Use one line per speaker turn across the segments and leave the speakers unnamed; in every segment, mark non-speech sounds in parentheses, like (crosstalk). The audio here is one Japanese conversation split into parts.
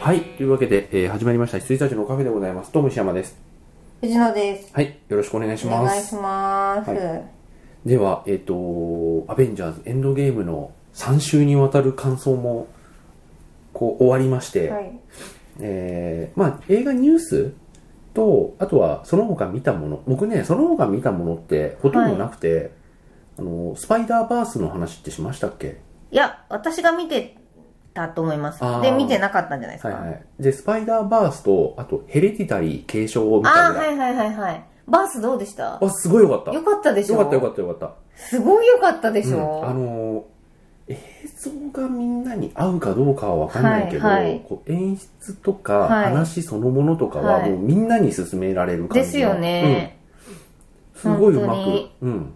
はい。というわけで、えー始まりました。羊たちのカフェでございます。どうも石山です。
藤野です。
はい。よろしくお願いし
お
ま
願い
す。
します。
はでは、えっ、と、アベンジャーズエンドゲームの3週にわたる感想も、こう、終わりまして、
はい。
えーまあ、映画ニュースと、あとは、その他見たもの、僕ね、その他見たものって、ほとんどなくて、あの、スパイダーバースの話ってしましたっけ
いや、私が見てたと思います
あー。
で、見てなかったんじゃないですか。
はいはい。で、スパイダーバースと、あと、ヘレティタリー継承を見た
ああ、
ぐら。
はいいはいはいはい。バースどうでした
あ、すごいよかった。
よかったでしょ
よかったよか
っ
ったよかった。
た。すごいよかったでし
うんあ
ょ、
のー映像がみんなに合うかどうかは分かんないけど、
はいはい
こう演出とか
はい
話そのものとかは
はい
もうみんなに勧められる感じの
ですよ、ね。
うんすごいうま
本当に
く、うん、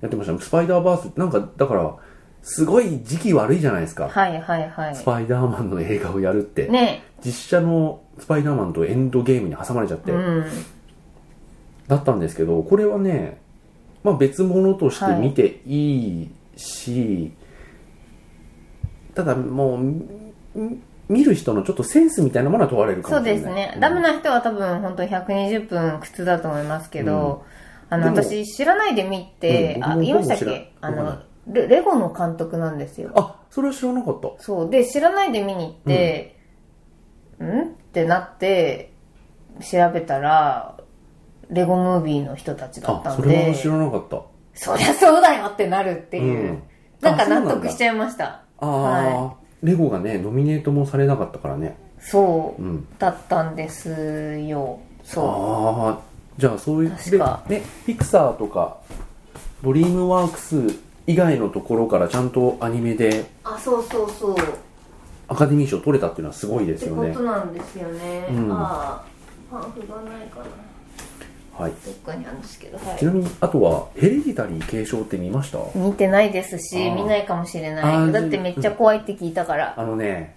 やってましたスパイダーバースなんかだからすごい時期悪いじゃないですか、
はいはいは
スパイダーマンの映画をやるって、
い。ね。
実写のスパイダーマンとエンドゲームに挟まれちゃって、
うん。
だったんですけどこれはね、まあ、別物として見ていいし、ただもうみ見る人のちょっとセンスみたいなものは問われるかも
そう
しれない
ですね。ダメな人は多分本当120分苦痛だと思いますけど、あの、
でも
私知らないで見て、
うん僕
あ、
も
言いましたっ
僕も知
け
ら
あ
んわかん
の
ない、
レレゴの監督なんですよ。
あそれは知らなかった
そう。で、知らないで見に行って、んってなって、調べたら、レゴムービーの人たちだった
あ
ん
それ
で、
は知らなかった
そりゃそうだよってなるっていう、
うん
なん
あ
か
そうなん
納
だ
得しちゃいました。
ああ、
は
レゴがねノミネートもされなかったからね
そうう、
ん
だったんですよ。そ
ああじゃあそういう
確か
でねピクサーとかドリームワークス以外のところからちゃんとアニメで
う。あ、そうそうそう。
アカデミー賞取れたっていうのはすごいで
っ
す
て
よ
こ
ね
となんですよね。
うん
ああ、パンフがないかな。
はい
どっかにあるんですけど、は。
ちないみにあとはヘレディタリー継承って見ました
見てないですし、
あー
見ないかもしれ
あ
ない。
ー
だってめっちゃ怖いって聞いたから。
あのね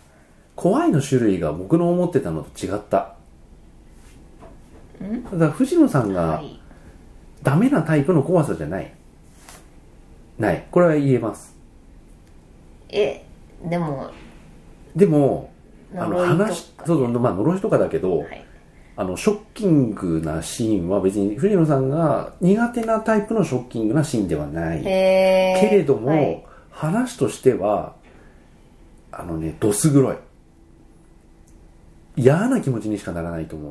怖いの種類が僕の思ってたのと違ったただ藤野さん
は
が
い。
ダメなタイプの怖さじゃないないこれは言えます
えでも
でもあの
呪いとか
話そうそうまあ呪いとかだけど、
はい
あのショッキングなシーンは別に藤野さんが苦手なタイプのショッキングなシーンではない
へー
けれども、
はい
話としてはあのねどす黒い嫌な気持ちにしかならないと思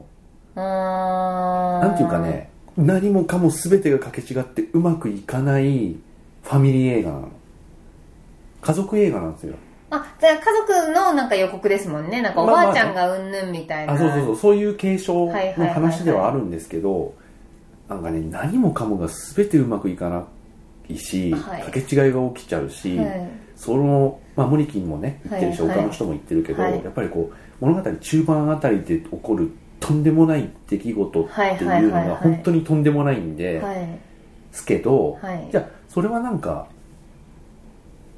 うー
うんなんていうかね何もかも全てがかけ違ってうまくいかないファミリー映画なの家族映画なんですよ
あじゃあ家族のなんか予告ですもんねなんかお
まあまあ
ばあちゃんがうんぬんみたいな、
あそうそうそうそういう継承
はいはいはい
の
はい
話ではあるんですけどなんかね何もかもが全てうまくいかないし、
はい
かけ違いが起きちゃうし、
はい
その、まあ、モリキンもね言ってるし、
はい
他の人も言ってるけど、
はい
やっぱりこう物語中盤あたりで起こるとんでもない出来事って
はいいう
の
はいはい
が
はい
本当にとんでもないんで、
はい
すけど、
はい
じゃあそれはなんか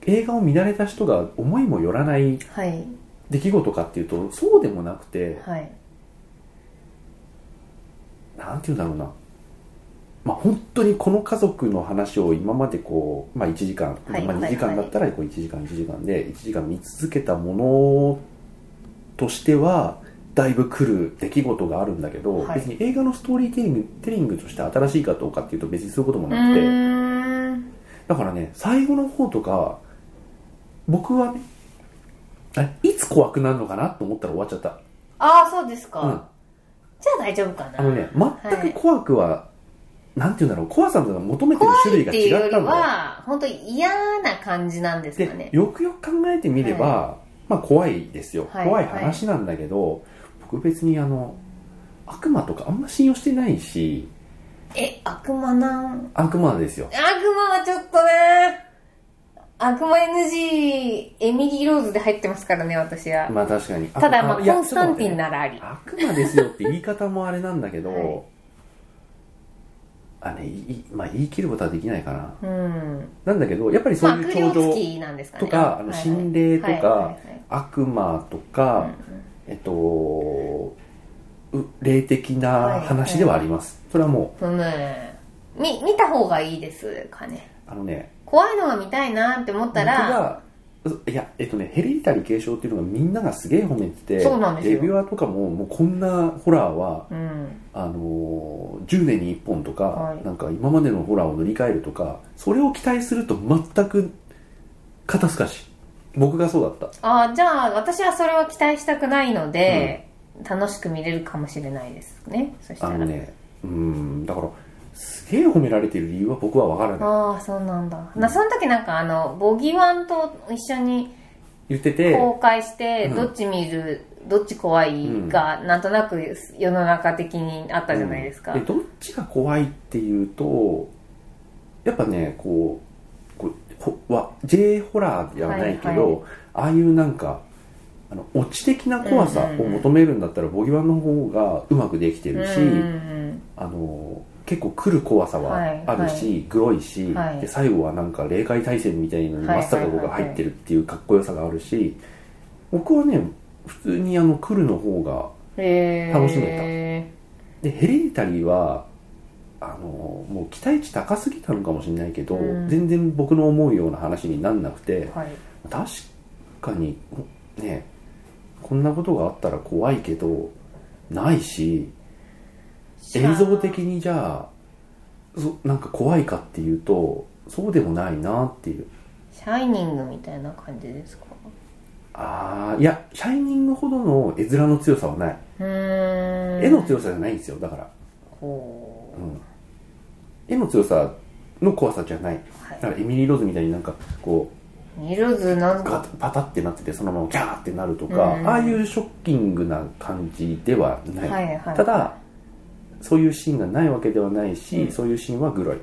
映画を見慣れた人が思いもよらない
はい
出来事かっていうとそうでもなくて
はい
なんて言うんだろうなまあ本当にこの家族の話を今までこう、まあ、1時間、
はい
まあ、
は
2
い
時間だったらこう1時間1時間で1時間見続けたものとしてはだいぶ来る出来事があるんだけど、
はい
別に映画のストーリーテリングテリングとして新しいかどうかっていうと別にそういうことも
う
なくて
ーん
だからね最後の方とか僕はねあいつ怖くなるのかなと思ったら終わっちゃった、
ああそうですか、
うん、
じゃあ大丈夫かな
あのね、全く怖くは、なんて言うんだろう、怖さが求めてる
怖
種
い
類
っ
が
ていうよ
違っ
り
たんだよ。
は本当に嫌な感じなんですか
で
ね、
よくよく考えてみれば、まあ怖いですよ。
はい
怖い話なんだけど、僕別にあの、悪魔とかあんま信用してないし、
え悪魔なん
悪魔ですよ。
悪魔はちょっとね悪魔 NG エミリー・ローズで入ってますからね私は、
まあ確かに。
ただまあ
いや
コンスタンティンならあり
ちょっと待ってね悪魔ですよって言い方もあれなんだけど、
はい
あね、いいまあ言い切ることはできないかな。
うん
なんだけど、やっぱりそ
まあ
ういう
悪
頂
霊
上
付きなんですかね
とか、あの心霊とか
はいはいはい、
悪魔とか、えっと、う霊的な話ではあります。それはも
そのねみ見た方がいいですかね
う、あのね、
怖いのが見たいなって思っ
僕
たら
がいや、えっとね、ヘリータリー継承っていうのがみんながすげえ褒めてて、
そうなんですよ
レビュアーとかも、もうこんなホラーは、
うん
あのー10年に1本とか、
はい
なんか今までのホラーを塗り替えるとか、それを期待すると全く肩透かし。僕がそうだった。
あじゃあ私はそれは期待したくないので、楽しく見れるかもしれないですねそした
あ
ら、
の
(laughs)
ね、うん、だから、すげえ褒められてる理由は僕はわからない。
ああそうなんだ、なその時なんかあのボギワンと一緒に
言ってて、
公開して、
うん
どっち見るどっち怖いが、なんとなく世の中的にあったじゃないですか、
うんでどっちが怖いっていうとやっぱねこうこうほわ J ホラーじゃないけど、
はいは
ああいうなんかあのオチ的な怖さを求めるんだったら、ボギワンの方がうまくできてるし、
うんうん
あの結構来る怖さはあるし、グロいし、
はい
で最後はなんか霊界対戦みたいなのに
はい
真っ逆子が入ってるっていうかっこよさがあるし、僕はね普通にあの来るの方が
うんへー
楽しめでヘリタリーはあのもう期待値高すぎたのかもしれないけど、
うん
全然僕の思うような話になんなくて
はい
確かにねこんなことがあったら怖いけどないし映像的にじゃあそなんか怖いかっていうとそうでもないなっていう
シャイニングみたいな感じですか
ああいや「シャイニング」ほどの絵面の強さはない、
うーん
絵の強さじゃないんですよだから、
こ
う、
うん
絵の強さの怖さじゃないだ
は
からエミリー・ローズみたいになんかこ
いニルズなん
うガ
か
タパタってなっててそのままギャーってなるとか、
うん
ああいうショッキングな感じではない、
はいはい
ただそういうシーンがないわけではないし、
うん
そういうシーンはグロい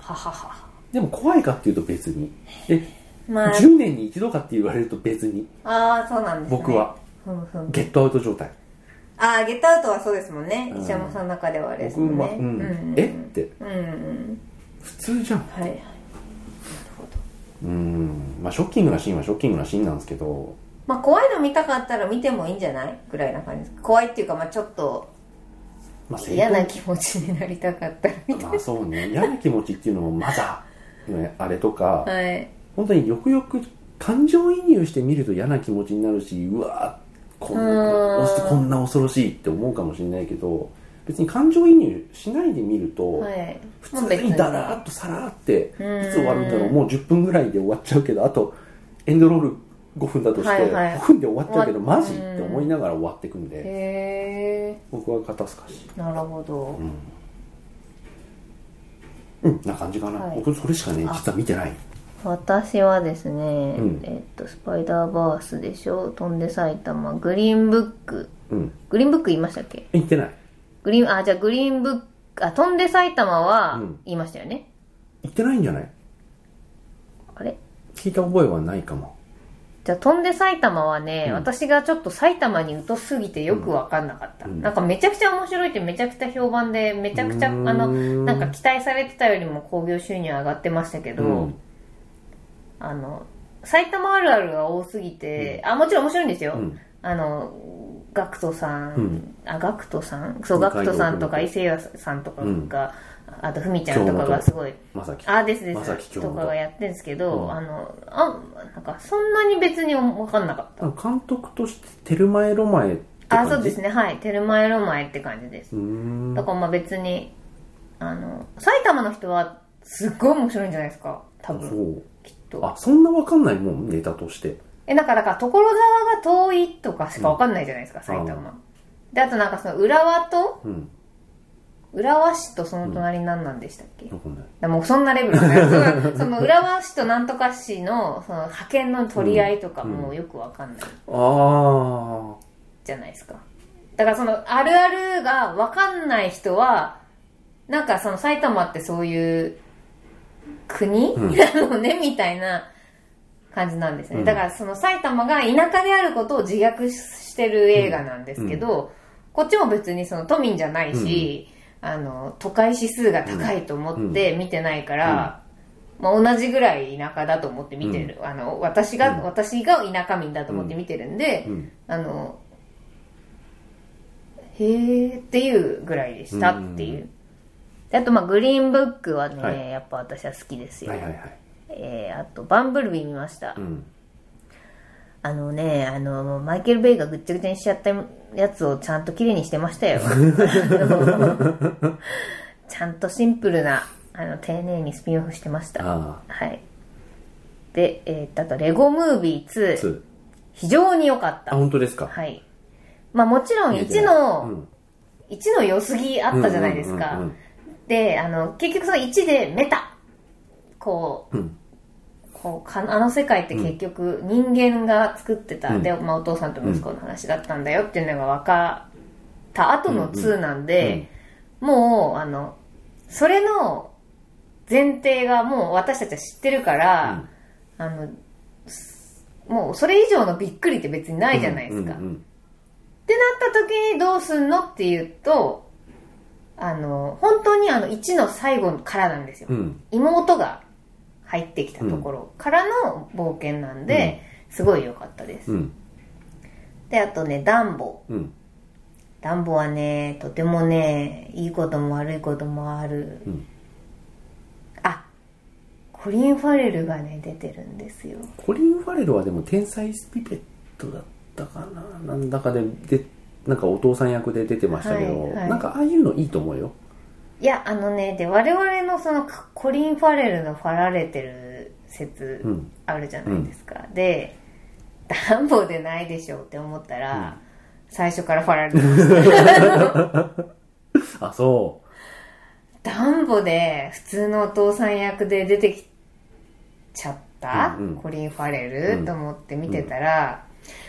ははは
でも怖いかっていうと別にで、
まあ
10年に一度かって言われると別に
ああそうなんですね
僕は
ふんふん
ゲットアウト状態
ああゲットアウトはそうですもんね
うん
石山さんの中ではあれです
僕
も
は、
んね
うん
うん
えって
うんうん
普通じゃん
はいはいなるほど
うんまあショッキングなシーンはショッキングなシーンなんですけど
まあ怖いの見たかったら見てもいいんじゃないぐらいな感じです怖いっていうかまあちょっと
まあ正当
嫌な気持ちになりたかったら見て
まあそうね嫌な気持ちっていうのもまだ、ね、あれとか、
はい
本当によくよく感情移入して見ると嫌な気持ちになるしうわーこん
う
な
ーん
こんな恐ろしいって思うかもしれないけど別に感情移入しないで見ると、
はい
普通にだらーっとさらーっていつ
うーん
終わるんだろうもう10分ぐらいで終わっちゃうけどあとエンドロール5分だとして、
はいはい
5分で終わっちゃうけど
終わっ
マジって思いながら終わっていくんで
へ
僕は肩透かし
えなるほど
うん、うん、な感じかな、
はい
僕それしかね実は見てない
私はですね、
うん
えっとスパイダーバースでしょ飛んで埼玉グリーンブック
うん
グリーンブック言いましたっけ
行ってない
グリーンあじゃあグリーンブックあ飛んで埼玉は
うん
言いましたよね、
行ってないんじゃない
あれ
聞いた覚えはないかも
じゃあ飛んで埼玉はね、
うん
私がちょっと埼玉に疎すぎてよく分かんなかった、
うん
なんかめちゃくちゃ面白いってめちゃくちゃ評判でめちゃくちゃあ
うーん
のなんか期待されてたよりも興行収入上がってましたけど、
うん
あの埼玉あるあるが多すぎて、あもちろん面白いんですよ、
うん
あのガクトさん、
うん
あガクトさんそう
向
ガ
井
クトさんとか
君
伊勢谷さんとかが、あとふみちゃんとかがすごい
まさき
あですで
まさき
す
京
と
本
かがやってるんですけど、
うん
あのあなんかそんなに別に分かんなかった
監督としてテルマエロマエって
あそうですすねはいテルマエロマエって感じです
うーん
だからまあ別にあの埼玉の人はすっごい面白いんじゃないですか
そ
多分
う
きっと
あそんなわかんないもんネタとして
えなんかだから所沢が遠いとかしか分かんないじゃないですか、埼
あ
玉であとなんかその浦和と
うん
浦和市とその隣何なんでしたっけ、
わかんない
だからもうそんなレベルで
(laughs)
すねそのその浦和市となんとか市のその派遣の取り合いとか
うん
もうよくわかんない
あ
じゃないですか、だからそのあるあるがわかんない人はなんかその埼玉ってそういう国、
うん
なのねみたいな感じなんですね、
うん
だからその埼玉が田舎であることを自虐してる映画なんですけど、こっちも別にその都民じゃないし、あの都会指数が高いと思って見てないから、まあ、同じぐらい田舎だと思って見てる、あの私が、
うん
私が田舎民だと思って見てるんで、
あうん
あのへーっていうぐらいでしたっていう、
う
であとまあグリーンブックはね、
はい
やっぱ私は好きですよ、
はいはいはい
えーあとバンブルビー見ました、
うん
あのね、あの、マイケル・ベイがぐっちゃぐちゃにしちゃったやつをちゃんと綺麗にしてました
(laughs)
よ。あのちゃんとシンプルな、あの、丁寧にスピンオフしてました。
あ
はい。で、えーっと、あと、レゴムービ
あ、
ー2、
2。
非常に良かっ
あ、
た。
本当ですか。
はい。まあもちろん1
う
の、
ん
1の良すぎあったじゃないです
うんうん
か。で、あの、結局その1でメタ。こう、
うんうん。
こうかあの世界って結局人間が作ってた、
うん
で、まあ、お父さんと息子の話だったんだよっていうのが分かった後の2なんで、もうあのそれの前提がもう私たちは知ってるから、あのすもうそれ以上のびっくりって別にないじゃないです
う
か。
んうんうん
ってなった時にどうすんのっていうとあの本当にあの1の最後からなんですよ。
うん。
妹が入ってきたところからの冒険なんで、すごい良かったです、
うん。
であとねダンボ
うん。
ダンボはねとてもねいいことも悪いこともある、
うん
あコリン・ファレルがね出てるんですよ
コリン・ファレルはでも天才スピペットだったかな。なんだかで、で、なんかお父さん役で出てましたけど、
はいはい
なんかああいうのいいと思うよ。
いやあのねで我々のそのコリン・ファレルがファられてる説
うん。
あるじゃないですか、でダンボでないでしょうって思ったら、最初からファられてました
(laughs) あ、そ
ダンボで普通のお父さん役で出てきちゃった、
うんうん
コリン・ファレル、
うん
と思って見てたら、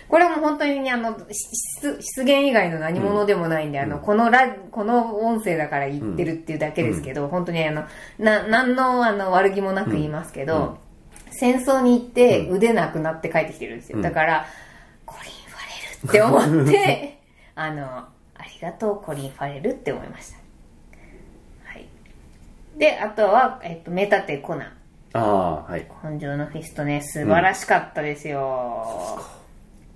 これはもう本当にね、あの、し出出現以外の何者でもないんで、あの、このラ、この音声だから言ってるっていうだけですけど、本当にあの、な、なんのあの悪気もなく言いますけど、戦争に行って腕なくなって帰ってきてるんですよ。
うん
だから、コリン・ファレルって思って、 (laughs) あの、ありがとう、コリン・ファレルって思いました。はい。で、あとは、えっと、メタテ・コナン。
う。ああ、はい。
本庄のフィストね、素晴らしかったですよ。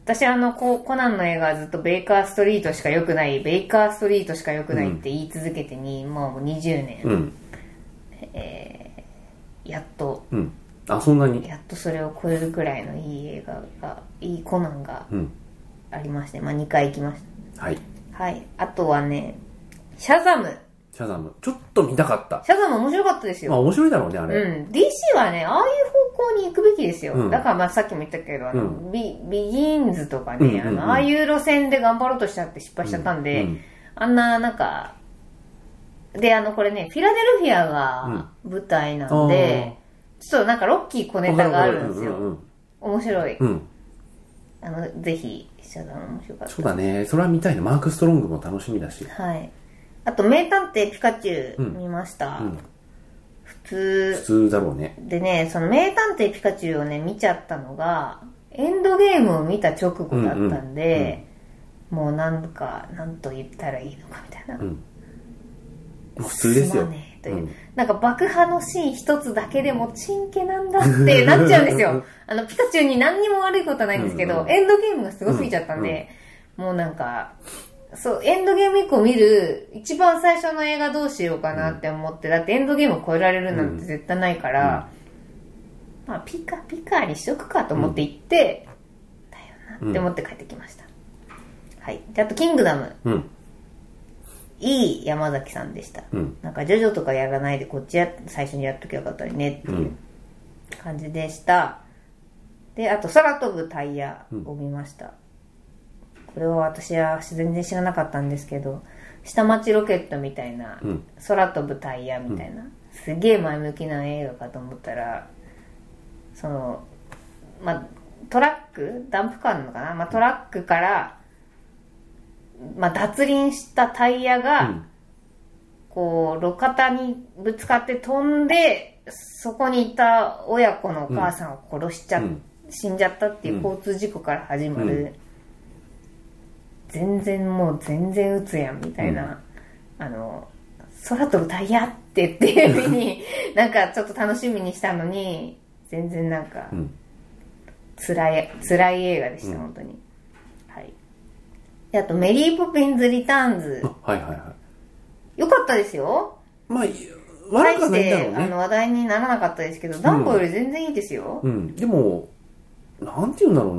私、あの、こうコナンの映画はずっとベイカーストリートしか良くない、ベイカーストリートしか良くないって言い続けてに、もう20年、
うん。
やっと、
うん。あ、そんなに。
やっとそれを超えるくらいのいい映画が、いいコナンが
うん。
ありまして、まあ2回行きまし
はい。
た。はい。あとはね、シャザム。
シャザム。ちょっと見たかった。
シャザム面白かったです
まあ
よ。
面白いだろうね、あ
う
れ。
ん。DC はね、ああいう方向に行くべきですよ。
うん
だからまあさっきも言ったけど、あの、
う
ビビギンズとか
うんうん
ね、
うん
あの、ああいう路線で頑張ろうとしちゃって失敗しちゃったんで、
うん
あんな、なんか、で、あの、これね、フィラデルフィアが舞台なんで、ちょっとなんかロッキー小ネタがあるんですよ。
うんうん
面白い。
うん。うん。
あの、ぜひ、シャザム面白かった。
そうだね。それは見たいね。マーク・ストロングも楽しみだし。
はい。あと、名探偵ピカチュ
う
ウ
ん
見ました。
うん
普
普
通。
通だろうね。
でね、その名探偵ピカチュウをね、見ちゃったのが、エンドゲームを見た直後だったんで、もうなんか、なんと言ったらいいのかみたいな。
うん。普通ですよ
すま。ねえという、
うん
なんか爆破のシーン一つだけでもチンケなんだってなっちゃうんで
(laughs)
すよあのピカチュウに何にも悪いことはないんですけど、
うんうん
エンドゲームがすごすぎちゃったんで、もうなんかそうエンドゲーム以降見る一番最初の映画どうしようかなって思って、だってエンドゲームを超えられるなんて絶対ないから、まあ、ピカピカにしとくかと思って行って、だよなって思って帰ってきました、はいであと「キングダム
うん。」
いい山崎さんでした
うん。
なんかジョジョとかやらないでこっちや最初にやっときゃよかったりねって
う。
いうん感じでした、であと空飛ぶタイヤを見ました、これは私は全然知らなかったんですけど下町ロケットみたいな、
うん
空飛ぶタイヤみたいな、すげえ前向きな映画かと思ったらそのまあトラックダンプカーなのかな、まあ、トラックから、まあ、脱輪したタイヤが、
うん
こう路肩にぶつかって飛んでそこにいた親子のお母さんを殺しちゃ、
うん
死んじゃったっていう交通事故から始まる、
う
全然もう全然打つやんみたいな、あの空飛ぶタイヤってっていうふうになんかちょっと楽しみにしたのに全然なんか
うん
辛い辛い映画でした、
うん
本当にはいであとメリー・ポピンズ・リターンズ
あはいはいはい。
よかったですよ
まあ、悪くはないんだろう
大してあ
ね。
の話題にならなかったですけど、ダンボより全然いいですよ。
うん。でも、なんて言うんだろ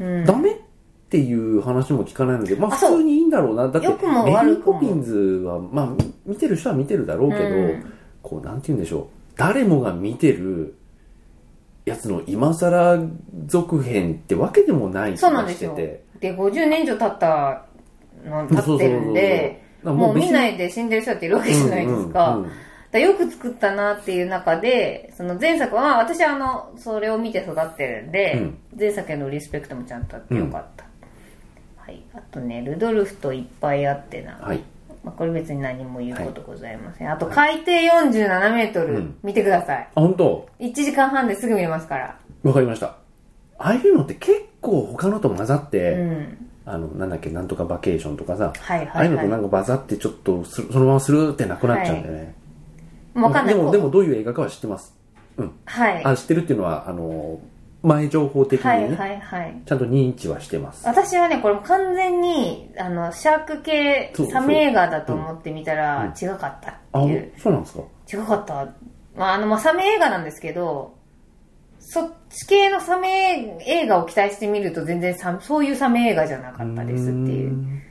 うな。
うん
ダメっていう話も聞かないので、まあ
あそう
普通にいいんだろうな。だって、
良くも
メリ
悪
ー・
くも
ポピンズは、まあみ見てる人は見てるだろうけど、
うん
こう、なんて言うんでしょう。誰もが見てるやつの今更続編ってわけでもない気
そうなん
が
で
し
す
て
よ
て。
で50年以上経ったの経ってるんで
そうそうそうそう、
もう見
い
ないで死んでる人っているわけじゃないですか,、だからよく作ったなっていう中でその前作は私はあのそれを見て育ってるんで、
うん
前作へのリスペクトもちゃんとあってよかった、はい、あとねルドルフといっぱいあってな、
はい。
まあ、これ別に何も言うことございません、あと海底47メート
う
ル
ん
見てください、
あ、本当
1時間半ですぐ見れますから
わかりました。ああいうのって結構他のと混ざって、
うん
あの、なんだっけ、なんとかバケーションとかさ、
はい
ああ
はいいう
の
は
と
い
なんかバザってちょっとするそのままするってなくなっちゃうんだよね。
わかんな
で
いこ
も、
う
でもどういう映画かは知ってます。
はい
あ、知ってるっていうのは、あの、前情報的にね、
はいはいはい
ちゃんと認知はしてます。
私はねこれも完全にあのシャーク系
そうそう
サメ映画だと思ってみたら違かった
あ
っていう、、
そうなんですか
違かったまああのまあサメ映画なんですけどそっち系のサメ映画を期待してみると全然サそういうサメ映画じゃなかったですっていう
ー
うん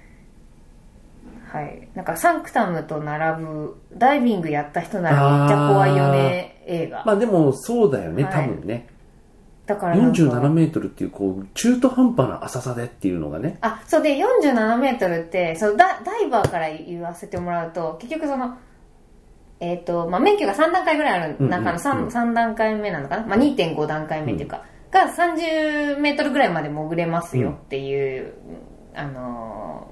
はいなんかサンクタムと並ぶダイビングやった人ならめっちゃ怖いよね映画
まあでも、そうだよね、
はい
多分ね。
だからなんか
47メートルっていう、こう、中途半端な浅さでっていうのがね。
あ、そうで、47メートルって、そうダダイバーから言わせてもらうと、結局その、えっ、と、まあ、免許が3段階ぐらいあ
うんう
る
ん
中の 3,、
うん
三段階目なのかなまあ、2.5段階目っていうか、が30メートルぐらいまで潜れますよっていう、あの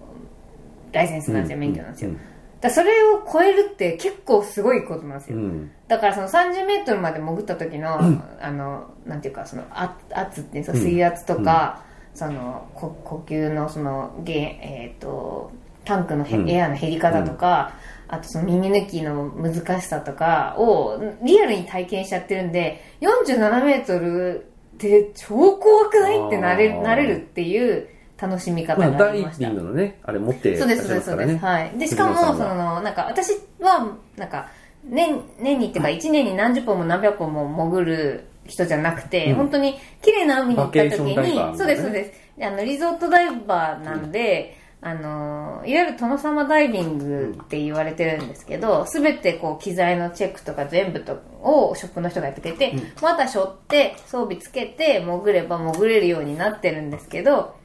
ーライセンスなんですよ、免許なんですよ。
う
だからそれを超えるって結構すごいことなんですよ。
うん。
だからその30メートルまで潜った時の、あの、なんていうか、その、あ圧っていうんですか、
うん
水圧とか、その、こ呼吸のその、げえっ、と、タンクのへ、
うん
エアの減り方とか、あとその耳抜きの難しさとかをリアルに体験しちゃってるんで、47メートルって超怖くないってなれ
あ
る、
ー
なれるっていう楽しみ方
まあ、
があ
ダイ
り
ビ
ました
ン。グのね、あれ持って
そうですそうです
ら
そ
っ
う
しゃい
です、
ますからね。藤野
はいでしかも
さん
そ
は
のなんか私はなんか年年にっていうか1年に何十本も何百本も潜る人じゃなくて、
うん
本当に綺麗な海に行った時
バケ
に、
ーションダイバーみたいなね
そうですそうですであのリゾートダイバーなんで、あのいわゆる殿様ダイビングって言われてるんですけど、すべてこう機材のチェックとか全部とをショップの人がやってくれて、また背負って装備つけて潜れば潜れるようになってるんですけど、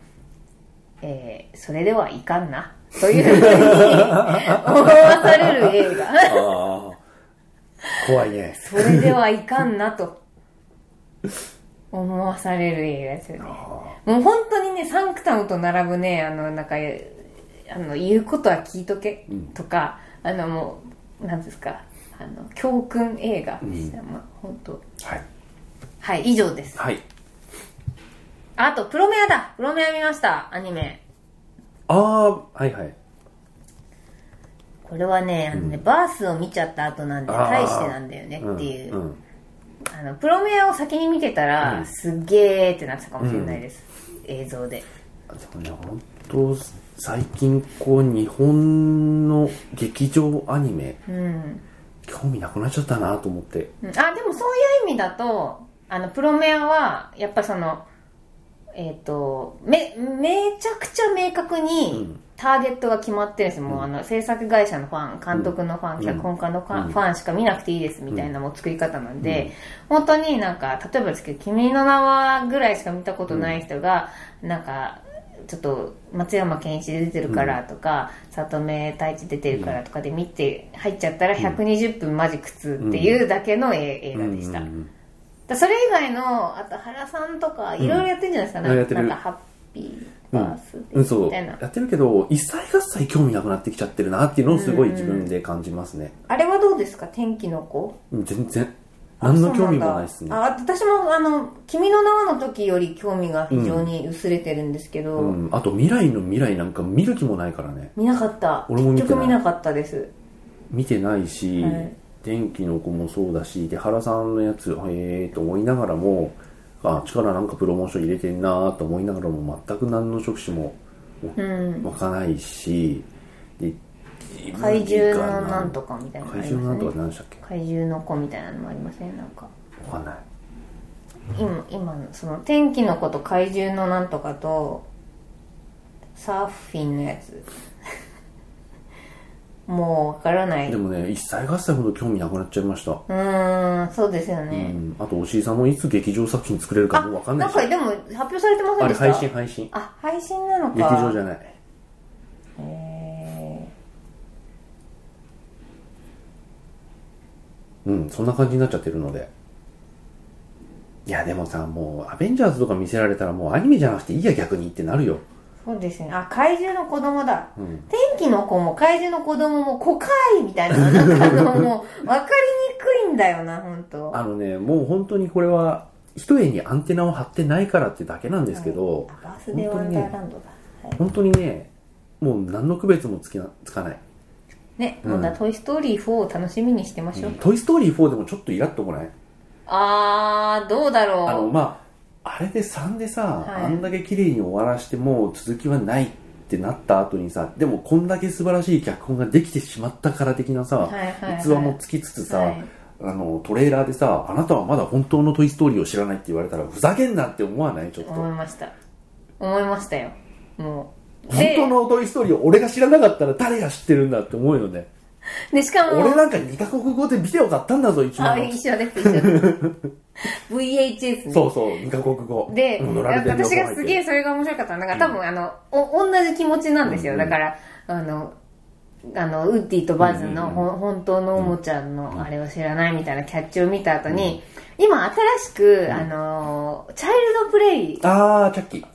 えーそれではいかんな。というふうに思わされる映画。
(laughs) ああ、怖いね。
それではいかんなと思わされる映画ですよね。もう本当にね、サンクタムと並ぶね、あの、なんか、あの、言うことは聞いとけとか、あの、もう、なんですか、あの、教訓映画でした。まあ、本当。
はい。
はい、以上です。
はい。
あと、プロメアだプロメア見ました、アニメ。
ああ、はいはい。
これはね、あのね、バースを見ちゃった後なんで、
あー
大してなんだよねっていう。
んん
あの、プロメアを先に見てたら、
うん
すっげーってなってたかもしれないです。映像で。
でもね、本当最近こう、日本の劇場アニメ、
うん。
興味なくなっちゃったなと思って。
うんあ、でもそういう意味だと、あの、プロメアは、やっぱその、えっ、と、め、めちゃくちゃ明確に、ターゲットが決まってるんですよ。もうあの、制作会社のファン、監督のファン、
うん
脚本家のファン,、
うん
ファンしか見なくていいですみたいなもう作り方なんで、本当になんか、例えばですけど、君の名はぐらいしか見たことない人が、なんか、ちょっと松山ケンイチ出てるからとか、里目太一出てるからとかで見て入っちゃったら120分マジ苦痛っていうだけのえ映画でした、
うんう
だか
ん
らそれ以外のあと原さんとかいろいろやってるんじゃないですか、
うん
な
や
ん
って
か
る
なんかハッピーバースデ
うん、
ー
そ
み
う。
たいな、
やってるけど、一切合切興味なくなってきちゃってるなっていうのをすごい自分で感じますね。
あれはどうですか天気の子
うん全然。何の興味もないですね
あ。私もあの「君の名は」の時より興味が非常に薄れてるんですけど、
うん。あと、未来の未来なんか見る気もないからね。
見なかった
俺も見てない
結局見なかったです
見てないし、
はい
天気の子もそうだしで原さんのやつへえと思いながらもあ力なんかプロモーション入れてんなと思いながらも全く何の触手も
うん
湧かないし、で
怪獣のなんとかみたいなのあ
怪
り
獣の
ま
なんとか何で
すよね
したっけ
怪獣の子みたいなのもありませんなんか
わかんない
今今のその天気の子と怪獣のなんとかとサーフィンのやつ (laughs) もうわからない
で
う
もね一切合切ほど興味なくなっちゃいました、
ーんそうですよ
う
ね、
ん、あと石井さんもいつ劇場作品作れるかもう分かんない
ん
し
かでも発表されてません
あれ
でした
配信配信
あ配信なのか
劇場じゃない
へ
うんそんな感じになっちゃってるのでいやでもさもうアベンジャーズとか見せられたらもうアニメじゃなくていいや逆にってなるよ
ーそうですねあ怪獣の子供だ、
ん
天気の子も怪獣の子供も子かいみたいななんかあのもう分かりにくいんだよな本当
あのねもう本当にこれは一重にアンテナを張ってないからってだけなんですけど、
あバースデーワンダーランドだ、はい
本当にねもう何の区別もつきなつかない
ね、
うん
まだ「トイ・ストーリー4」を楽しみにしてましょう、
「トイ・ストーリー4」でもちょっとイラっとこない
あーどうだろう
あのまああれで3でさ、
はい
あんだけ綺麗に終わらしてもう続きはないってなった後にさでもこんだけ素晴らしい脚本ができてしまったから的なさ、
はいはいはい
逸話もつきつつさ、
はい
あのトレーラーでさ「あなたはまだ本当のトイ・ストーリーを知らない」って言われたらふざけんなって思わないちょっと
思いました思いましたよもう
本
で
当のトイ・ストーリーを俺が知らなかったら誰が知ってるんだって思うよね
でしかも
俺なんか2カ国語でビデオ買ったんだぞ一
あ
枚の
一緒です一緒です
(laughs)
VHS ね
そうそう2カ国語
で、
うん
私がすげえそれが面白かったのが、多分あの、お同じ気持ちなんですよ。
うんうん
だから、あの、あの、ウッディとバズの、
うん
ほん本当のおもちゃのあれを知らないみたいなキャッチを見た後に、今新しく、あの、チャイルドプレイ
ああチャッキー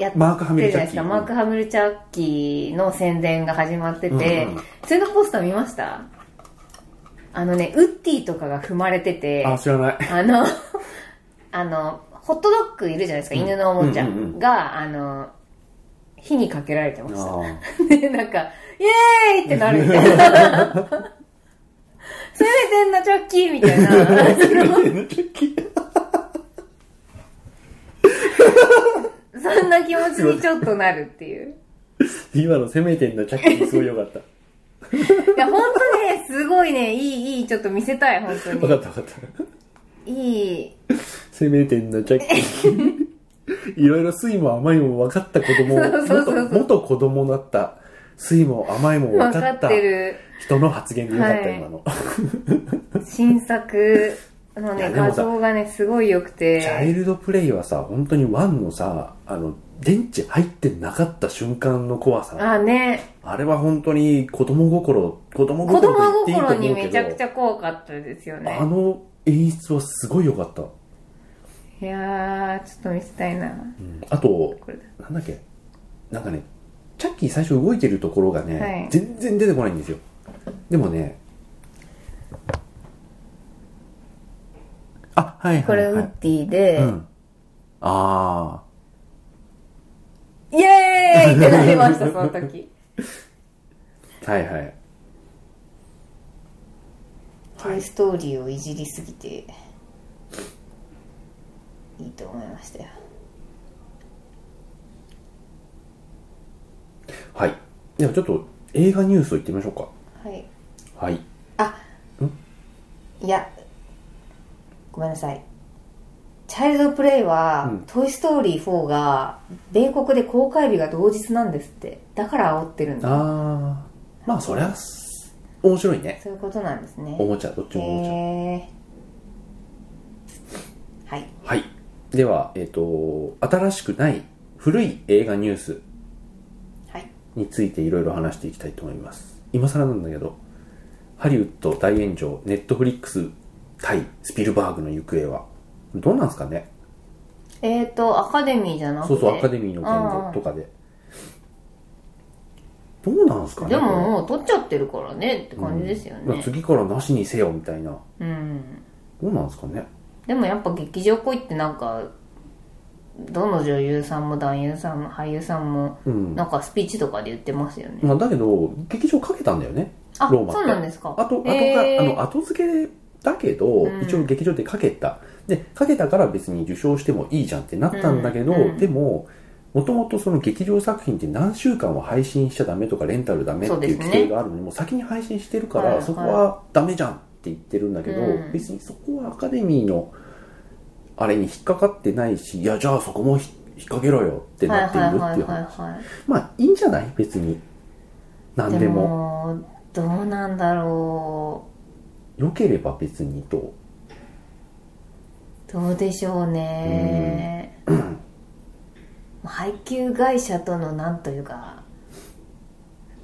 やって
マークハミ
る
ルチ
じゃな
ャッ
いです
キー
か、マーク・ハムルチャッキーの宣伝が始まってて、
うんうん
それのポスター見ましたあのね、ウッディとかが踏まれてて、
あー知らない
あの、 (laughs) あの、ホットドッグいるじゃないですか、犬のおもちゃが、
うんうんうん
あの、火にかけられてまし (laughs)
あー
た。で、なんか、イエーイってなるみたいな。
(laughs)
攻めてんな、チョッキーみたい
(laughs)
な。そんな気持ちにちょっとなるっていう。
今の攻めてんのチャッキーすごいよかった。
いや、ほんとね、すごいね、いい、いい、ちょっと見せたい、本当
わ
に。
かったわかった。
いい。
攻めてんのチャッキー。いろいろ酸いも甘いも分かった子供、
そうそうそうそう
元元子供だった。酸いも甘いも分
分
か
か
っ
ったてる。
人の発言でよかった、
はい
今の。
新作の
いや
ね、
でも
画
さ
像がね、すごい良くて。
チャイルドプレイはさ、本当にワンのさ、あの、電池入ってなかった瞬間の怖さ。
あ、ね。
あれは本当に子供心、子供
子
心
供
と言ってい
心
いと思
に
うけ
め
ど、
ちゃくちゃ怖かったですよ
あ
ね
の演出はすごい良かった。
いやーちょっと見せたいな
あと、
これだ
なんだっけなんかねチャッキー最初動いてるところがね、
はい
全然出てこないんですよでもねあはい
こ
は
れ
い
ウ
は
ッ
い、
ディで、
うん、あ
イエーイってなりましたそ
(laughs)
の時
あはいはい
トイ・ストーリーをいじりすぎていいと思いましたよ
はいではちょっと映画ニュースをいってみましょう
はい
かはい
いやごめんなさいチャイルドプレイは、
うん
トイ・ストーリー4が米国で公開日が同日なんですってだから煽ってるんだ
ああまあそりゃす面白いね
そういうことなんですね
おもちゃどっちもおもちゃ、
へーはい
はいではえっ、と新しくない古い映画ニュース
はい
についていろいろ話していきたいと思います今更なんだけどハリウッド大炎上ネットフリックス対スピルバーグの行方はどうなんですかね
えっ、ー、とアカデミーじゃなく
そう
て
そうアカデミーの言動とかでどうなんですかね
でも
こ
もう取っちゃってるからねって
れ
感じですよ
うんだから
ね
次からなしにせよみたいなど
うん、
うなんですかね
でもやっぱ劇場来いってなんかどの女優さんも男優さんも俳優さんも
うん
なんかスピーチとかで言ってますよね、
まあだけど劇場かけたんだよね
あ
ローマって
そうなんですか
あと後が、
へー
あの後付けだけど、
うん
一応劇場でかけたでかけたから別に受賞してもいいじゃんってなったんだけど、
うんうん
でももともとその劇場作品って何週間は配信しちゃダメとかレンタルダメっていう規定があるのに、もう先に配信してるから、
はいはい
そこはダメじゃんって言ってるんだけど、
うん
別にそこはアカデミーのあれに引っかかってないし、いや、じゃあそこもひ引っ掛けろよって
はい
なってい
はい
る
は
っ
い
ていう
はい
話。
は
まあ、いいんじゃない別に。
い
何
で
でも。
もどうなんだろ
良ければ別にと。
うどうでしょうね配給会社とのなんというか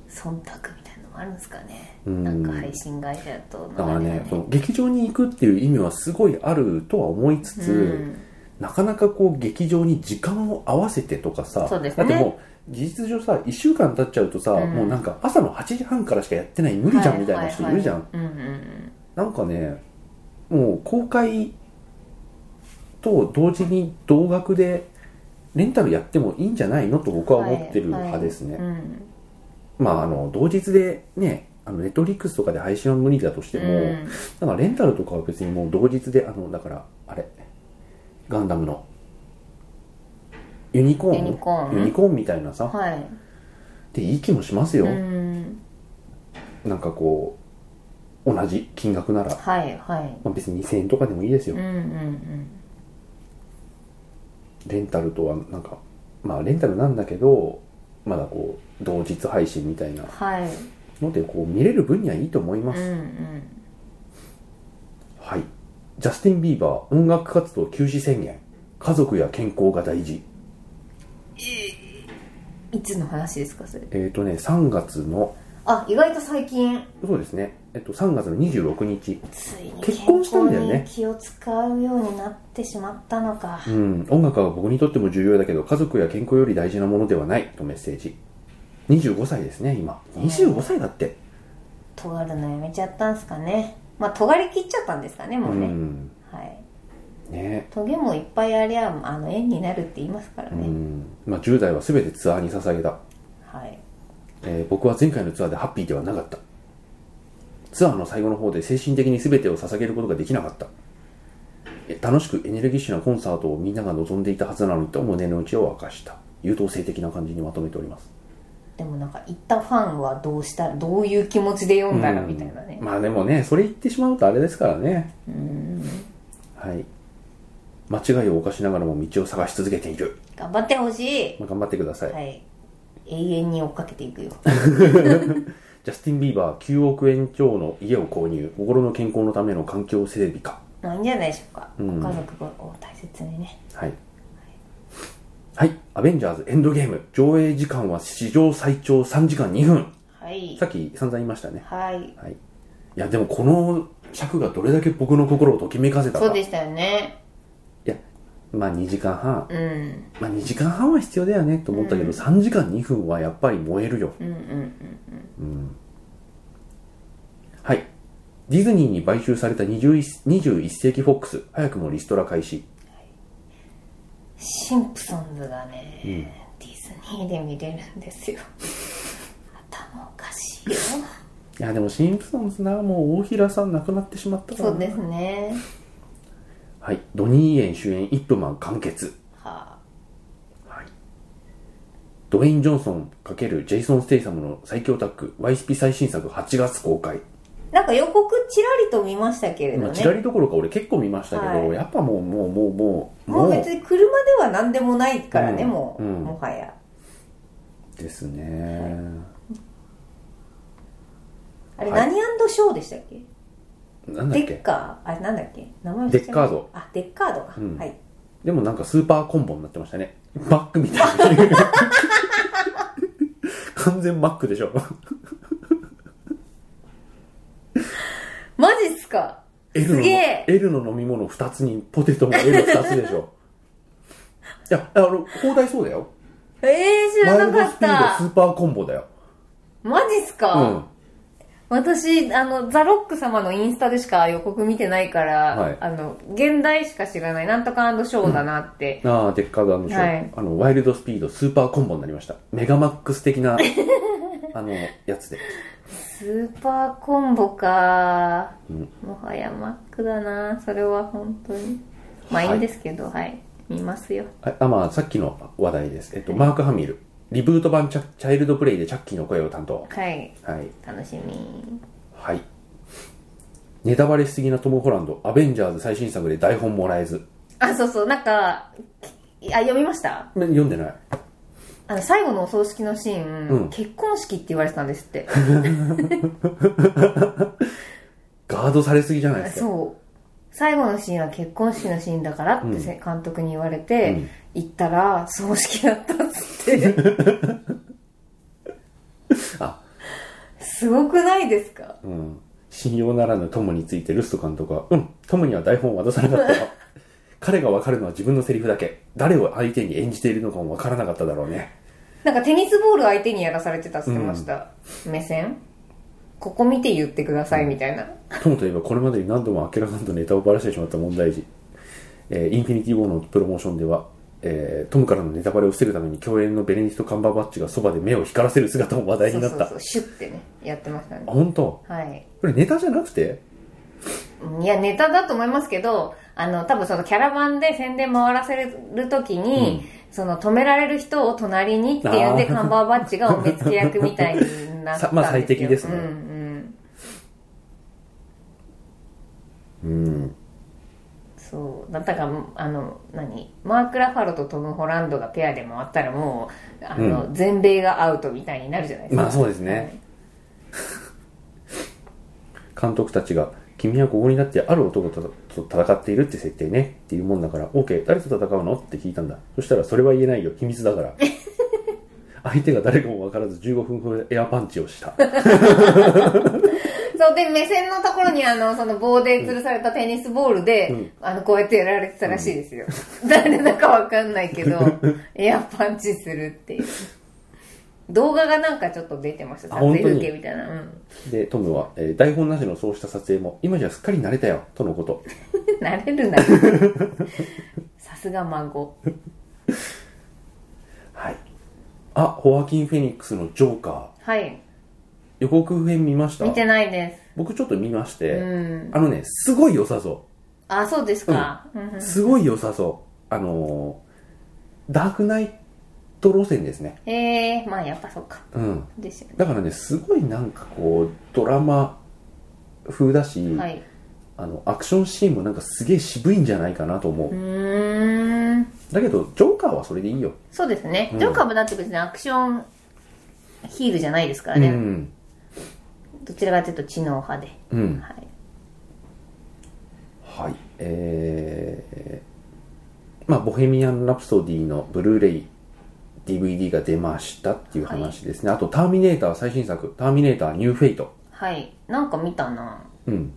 忖度みたいなのもあるんですかね
うん
なんか配信会社との
だから
あれが
ね、その劇場に行くっていう意味はすごいあるとは思いつつ、
うん
なかなかこう劇場に時間を合わせてとかさ、
そうです
だ
ね
ってもう事実上さ、1週間経っちゃうとさ、
うん
もうなんか朝の8時半からしかやってない無理じゃんみたいな人いるじゃん。
はいはいはいうんうんうん
なんかね、もう公開と同時に同額でレンタルやってもいいんじゃないのと僕は思ってる派ですね。
はいはいうん
まあ、あの、同日でね、あのネットフリックスとかで配信は無理だとしても、
うん
だからレンタルとかは別にもう同日で、あの、だから、あれ、ガンダムの、ユニコーン
ユニコーン
ユニコーンみたいなさ、
はい
でいい気もしますよ。
うん
なんかこう、同じ金額なら、
はいはい
まあ、別に2000円とかでもいいですよ
うん。うんうん
レンタルとはなんか、まあレンタルなんだけど、まだこう、同日配信みたいな
はい
ので、こう見れる分にはいいと思いま
う
す。
んうん
はい。ジャスティン・ビーバー、音楽活動休止宣言。家族や健康が大事。
いつの話ですかそれ
えっ、ー、とね、3月の、
あ意外と最近
そうですね、えっと、3月の26日、
ついに
結婚したんだよね
健康に気を使うようになってしまったのか
うん、音楽は僕にとっても重要だけど、家族や健康より大事なものではないとメッセージ。25歳ですね、今。25歳だって。
尖るのやめちゃったんすかねまあ尖り切っちゃったんですかね
う
もうね、
ん、
はい
ね
トゲもいっぱいありゃあの縁になるって言いますから
う
ね、
ん。まあ、10代は全てツアーに捧げた。
はい
えー僕は前回のツアーでハッピーではなかったツアーの最後の方で精神的に全てを捧げることができなかったえ楽しくエネルギッシュなコンサートをみんなが望んでいたはずなのにと胸の内を明かした優等生的な感じにまとめております
でもなんか行ったファンはどうしたらどういう気持ちで読んだら
うん
みたいなね
まあでもねそれ言ってしまうとあれですからね
うん
はい間違いを犯しながらも道を探し続けている、
頑張ってほし
まあ、頑張ってくださ
い
い、
はい永遠に追っかけていくよ
ジャスティン・ビーバー9億円超の家を購入心の健康のための環境整備か
まあいいんじゃないでしょうか、
うん
ご家族を大切にね
はい。はい。アベンジャーズエンドゲーム。上映時間は史上最長3時間2分。
はい
さっき散々言いましたね。
はい
はい。いや、でもこの尺がどれだけ僕の心をときめかせたか。
そうでしたよね
いや、まあ2時間半。
うん
まあ2時間半は必要だよねと思ったけど、3時間2分はやっぱり燃えるよ。
うんうん
はい。ディズニーに買収された 21, 21世紀フォックス。早くもリストラ開始。
シンプソンズがね、ディズニーで見れるんです
(laughs)
よ頭おかしいよ
いや、でもシンプソンズな、もう大平さん亡くなってしまったからな
そうですね
はい。ドニー・イエン主演イップマン完結。
はあ
はい、ドウェイン・ジョンソン×ジェイソン・ステイサムの最強タッグ YSP 最新作8月公開、
なんか予告ちらりと見ましたけれど
まあ、
ね
ちらりどころか俺結構見ましたけど、
はい
やっぱもうもうもうもう
もう別に車では何でもないからね、
うん
もう、
うん
もはや
ですね、
あれ、
はい
何ショーでしたっけ
なんだっ
デッ
け
カーあれなんだっけ名前忘れちゃ
デッ
いました
カード
あデッカードか、
うん
はい
でもなんかスーパーコンボになってましたねバックみたい
(laughs)
な完全マックでしょ
マジっすか
L の
すげえ
L の飲み物2つにポテトも L2 つでしょいやあの放題そうだよ
ええー、知
マイ
ら
ル
な
ド
か
ス
っ
ピードス
た
ーパーコンボだよ
マジっすか、
うん
私あのザ・ロック様のインスタでしか予告見てないから、
はい
あの現代しか知らないなんとかショーだなって、
ああ、デッカードのショー、
はい
あの、ワイルドスピードスーパーコンボになりました。メガマックス的
(laughs)
な、あの、やつで。
スーパーコンボか、もはやマックだなそれは本当にまあ
はい
いいんですけどはい、見ますよ
あ、あまあ、さっきの話題です。えっと、マーク・ハミル。リブート版チャチャイルドプレイでチャッキーの声を担当。
はい
はい。
楽しみ
はい。ネタバレしすぎなトム・ホランド、アベンジャーズ最新作で台本もらえず。
あ、そうそう、なんか、きあ、読みました
ね読んでない。
あの、最後のお葬式のシーン、
うん
結婚式って言われてたんですって。
ガードされすぎじゃないですか。
そう。最後のシーンは結婚式のシーンだからってせ、監督に言われて、
うん
行ったら、葬式だったっつって。
あ
すごくないですか
うん。信用ならぬトムについてルスト監督は、うん、トムには台本を渡さなかったわ。 (laughs) 彼がわかるのは自分のセリフだけ。誰を相手に演じているのかもわからなかっただろうね。
なんかテニスボール相手にやらされてたって言ってました。目線ここ見て言ってくださいみたいな。
トムといえばこれまでに何度も明らかんとネタをばらしてしまった問題児、えーインフィニティ・ウォーのプロモーションでは、えートムからのネタバレを防ぐために共演のベネディクト・カンバーバッチがそばで目を光らせる姿も話題
そ
に
う
な
そ
った
うそう、シュッてね、やってましたね
あ。本当
はい。
これネタじゃなくて
いや、ネタだと思いますけど、あの、多分そのキャラバンで宣伝回らせるときに、その止められる人を隣にっていうんで、
あー。
カンバーバッチがお目付け役みたいになったんです
(laughs)
よ
まあ最適ですね
うんうん。
うん
そう。だったから、あの、何マーク・ラファロとトム・ホランドがペアで回ったらもう、あの、全米がアウトみたいになるじゃないですか。
まあそうですね (laughs) 監督たちが「君はここになってある男とと戦っているって設定ね」っていうもんだから「OK 誰と戦うの?」って聞いたんだそしたら「それは言えないよ秘密だ (laughs) から」相手が誰かも分からず15分ほどエアパンチをした
そうで目線のところにあのその棒で吊るされたテニスボールで、あのこうやってやられてたらしいですよ、 (laughs) 誰だかわかんないけどエアパンチするっていう動画がなんかちょっと出てました
あ
撮
本当
影
に
風景みたいな、うん、 (laughs)
でトムは、えー台本なしのそうした撮影も今じゃすっかり慣れたよとのこと
慣れるなさすが孫
はいあホアキン・フェニックスのジョーカー
はい
予告編見ました
見てないで
僕ちょっと見まして、
すうん
あのねすごい良さそ
あそうですか、うんう
うんすごい良さそうあのーダークナイト路線ですね
ええまあやっぱそうか
うん
ですよね
だからねすごいなんかこうドラマ風だし、
はい
あのアクションシーンもなんかすげえ渋いんじゃないかなと思う、
うーん
だけどジョーカーはそれでいいよ
そうですね、
うん
ジョーカーもだって別にアクションヒールじゃないですから
う
ね、
ん
どちらかというと知能派で、
うん
は
は
い、
い。えー、まあ、ボヘミアン・ラプソディのブルーレイ DVD が出ましたっていう話ですね。あと、ターミネーター最新作、ターミネーターニューフェイト。
はい、なんか見たな
うん。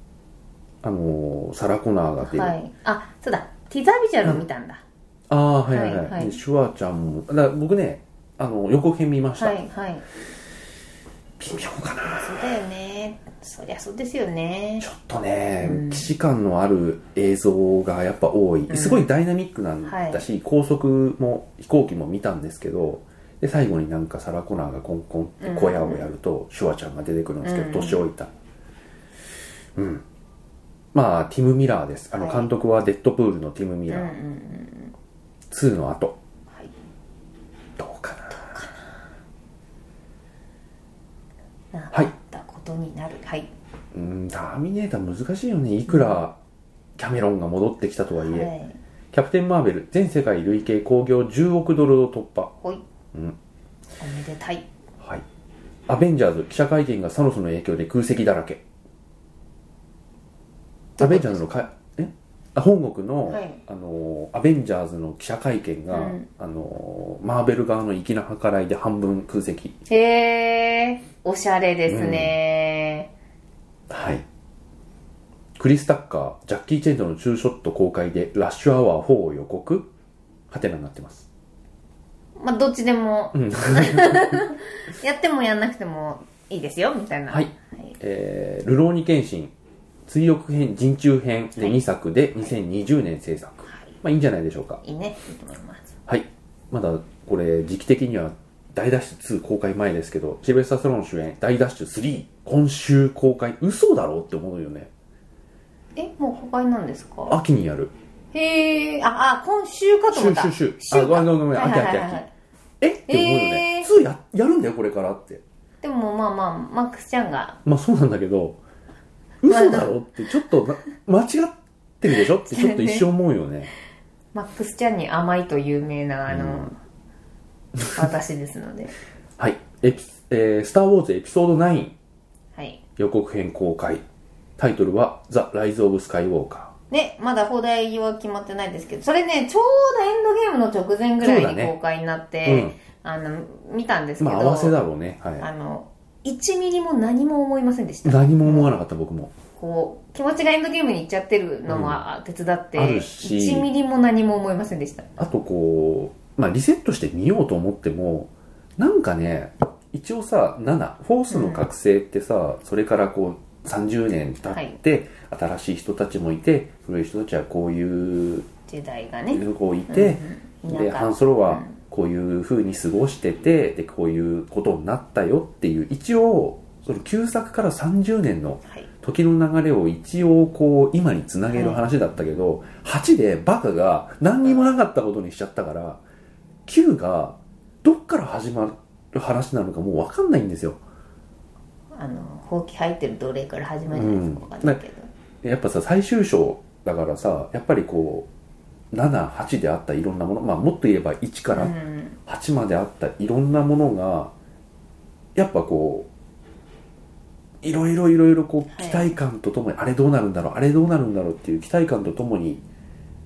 あのーサラ・コナーが出る。
はいあそうだティザービジュアルを見たんだ、
ああ、はいはいは。
はいいはい
でシュワちゃんも、だから僕ね、あの、予告編見ました。
はいはい
微妙かな。
そうだよねそりゃそうですよね
ちょっとね、
うん
既視感のある映像がやっぱ多い。
ん
すごいダイナミックなんだし、高速も飛行機も見たんですけど、で、最後になんかサラコナーがコンコンって小屋をやると、シュワちゃんが出てくるんですけど、
うん
年老いた。うん。まあ、ティム・ミラーです。あの、
はい
監督はデッドプールのティム・ミ
うん
ラ
うんう
ー。
ん
2の後。
はい
どうかな。
な
は
か
い
ったことになるはい、
うん、ターミネーター難しいよね。いくら、キャメロンが戻ってきたとはいえ。
はい
キャプテン・マーベル全世界累計興行10億ドルを突破
ほい、
うん
おめでたい
はいアベンジャーズ記者会見がサノスの影響で空席だらけアベンジャーズのかえあ本国の,、
はい
あのーアベンジャーズの記者会見が、
うん
あのーマーベル側の粋な計らいで半分空席
へえおしゃれですね、
はいクリス・タッカージャッキー・チェンとのツーショット公開でラッシュアワー4を予告ハテナになってます
まあどっちでも
うん
(laughs) やってもやんなくてもいいですよみたいな
はい
はい
えールローニケンシン追憶編人中編で
はい
2作で2020年制作、まあいいんじゃないでしょうか
いいね、いいと思います。
はいまだこれ時期的には大ダッシュ2公開前ですけどシルベスター・ストローン主演大ダッシュ3今週公開嘘だろって思うよね
え、もう公開なんですか
秋にやる
へえ、あ、あ、今週かと思
週
った。
週週あごめんごめんごめん
はい
秋
はいは
秋
いはい
秋えって思うよね、
え
2ややるんだよこれからって
でもまあまあ、マックスちゃんが、
まあそうなんだけど
(laughs)
嘘だろってちょっとな間違ってるでしょってちょっと一瞬思うよね
マックスちゃんに甘いと有名な、あの、私ですので。
はい。エピえースター・ウォーズエピソード9
はい。
予告編公開。タイトルは、ザ・ライズ・オブ・スカイ・ウォーカ
ね、まだ放題は決まってないですけど、それね、ちょうどエンドゲームの直前ぐら
そう
い
だ
に
ね
公開になって、
うん
あの、見たんです
ー。
けど、
まあ、合わせだろうね。は
あの、1ミリも何も思いませんでし
い。
た。
何も思わなかった、僕も。
こう、気持ちがエンドゲームに行っちゃってるのは手伝って、
あるし
1ミリも何も思いませんでした。
あと、こう、まあ、リセットして見ようと思っても、なんかね、一応さ、7、フォースの覚醒ってさ、それからこう、30年経って、新しい人たちもいて、古い人たちはこういう
時代がね。
こういて、
うんうん
で
田舎
ハンソロ
う
は
ん
こういう風に過ごしててでこういうことになったよっていう一応その旧作から30年の
はい。
時の流れを一応こう今につなげる話だったけど、8でバカが何にもなかったことにしちゃったから9がどっから始まる話なのかもう分かんないんですよ
あの、ほうき入ってる奴隷から始まるじゃないですか、
うん
わかんないけど。
やっぱさ最終章だからさやっぱりこう78であったいろんなもの、まあ、もっと言えば1から
うん。
8まであったいろんなものがやっぱこういろいろいろいろこう
は
期
い
待感とともに、あれどうなるんだろうあれどうなるんだろうっていう期待感とともに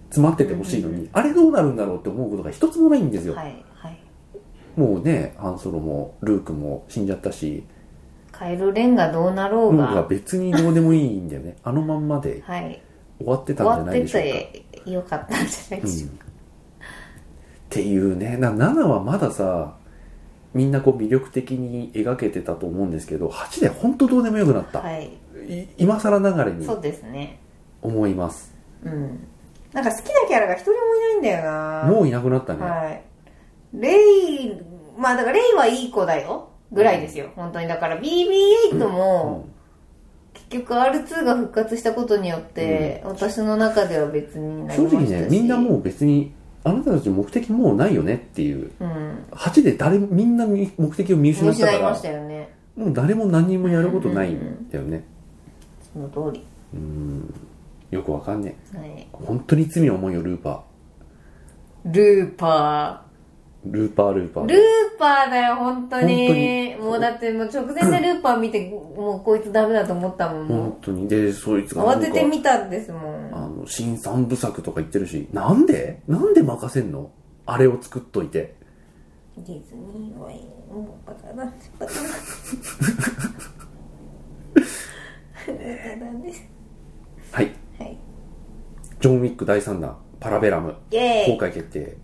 詰まっててほしいのに、
うんうん
あれどうなるんだろうって思うことが一つもないんですよ、
はい。はい。
もうねハンソロもルークも死んじゃったし
カエルレンがどうなろう
もうが
が、
別にどうでもいいんだよねあのまんまで
はい。
終わってた
終
んじ
わ
ゃ
っ
ない
て
でしょうか
てよかったんじゃないでしょうか。
っていうねな7はまださみんなこう魅力的に描けてたと思うんですけど8で本当どうでもよくなった、
はい。
い今更なれに
そうですね。
思います
うん。なんか好きなキャラが一人もいないんだよな
もういなくなったね、
はい。レイ、まあだからレイはいい子だよ。ぐらいですよ。本当に。だから BB8 も、結局 R2 が復活したことによって、私の中では別に
うん
なり
正
ました
直
し。
ねみんなもう別にあなたたち目的もうないよねっていう
う、うん。
8で誰みんなみ目的を見失っ
失
たか
い
ら
ましたよね。
もう誰も何もやることないんだよね
その通り。
うんよくわかんねえ
はい。
本当に罪重いよルーパ
ルーパ
ールーパールーパー
ー。ルーパーだよ、本当に。
本当に
もうだってもう直前でルーパー見て、もうこいつダメだと思ったもん。も
本当にでそいつ
う
がな
慌
んか
ててみたんですもん。
あの新三部作とか言ってるしなんでなんで任せんのあれを作っといて
ディズニーはいいもうバカだバカだバカだね
はい
はい
ジョン・ウィック第3弾パラベラム
イエ
公
ー
開決定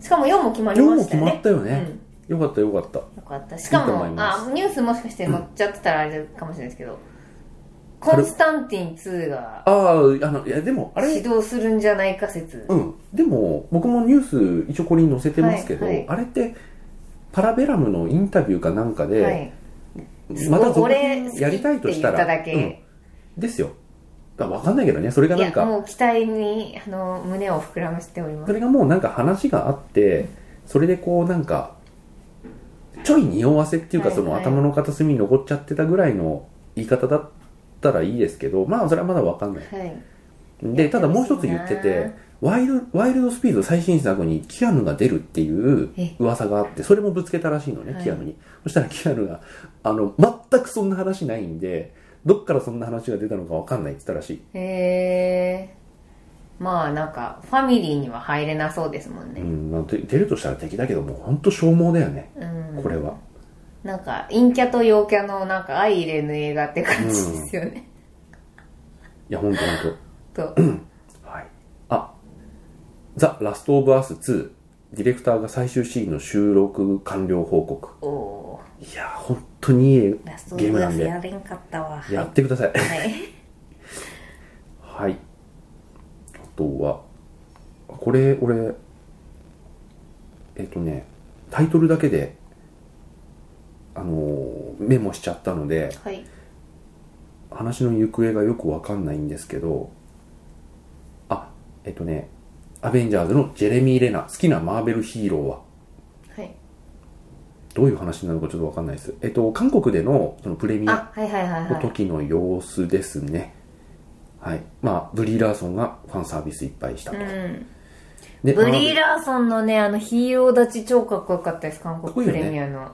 イしかも4も決まり
4
ま
も
した
決
ね
まったよね、よかったよかった
うん、よかったしか
いいと
も
思います
あニュースもしかして載っちゃってたらあれかもしれないですけどコンスタンティン2が
あああのいやでもあ
始
れ
動するんじゃないか説
うんでも僕もニュース一応これに載せてますけど、
はいはい
あれってパラベラムのインタビューかなんかで、
はい
また続
俺
編やりたいとしたら
好きって言っただ
うんですよだから分かんないけどねそれが
い
な
や
んか
もう期待にあの胸を膨らましておりま
そ
す
れがもうなんか話があってそれでこうなんかちょい匂わせっていうか
はい
その
はい
頭の片隅に残っちゃってたぐらいの言い方だったらいいですけどまあそれはまだ分かんない
はい
でただもう一つ言って
やってほしい
て
な
ワイルドワイルドスピード最新作にキアヌが出るっていう
え
噂があってそれもぶつけたらしいのね、
はい
キアヌにそしたらキアヌがあの全くそんな話ないんでどっからそんな話が出たのか分かんないって言ったらしい
へえまあなんかファミリーには入れなそうですもん
う
ね
んまあで出るとしたら敵だけどもう本当消耗だよね
うん
これは
なんか陰キャと陽キャのなんか相入れぬ映画って感じですよね、
いや本当本当
と
はい。あ、ザ・ラスト・オブ・アース2、ディレクターが最終シーンの収録完了報告。
お
いやー、本当にいいゲ
ーラストオ
ーム
ブ
な
ア
ん
ス
で、
やれんかったわはい
やってください。
はい
はい。あとは、これ、俺、えっとね、タイトルだけで、あのーメモしちゃったので、
はい
話の行方がよくわかんないんですけど、あ、えっとね、アベンジャーズのジェレミー・レナ、好きなマーベルヒーローは
はい
どういう話なのかちょっとわかんないです。えっと、韓国でのそのプレミア
あはいはいはい
の
はい
時の様子ですね。はい。まあ、ブリー・ラーソンがファンサービスいっぱいしたと。
うん。
で
ブリー・
ラ
ラーソンのね、あのヒーロー立ち超かっこよかったです。韓
かっこいい
国プ
よね
レミアの、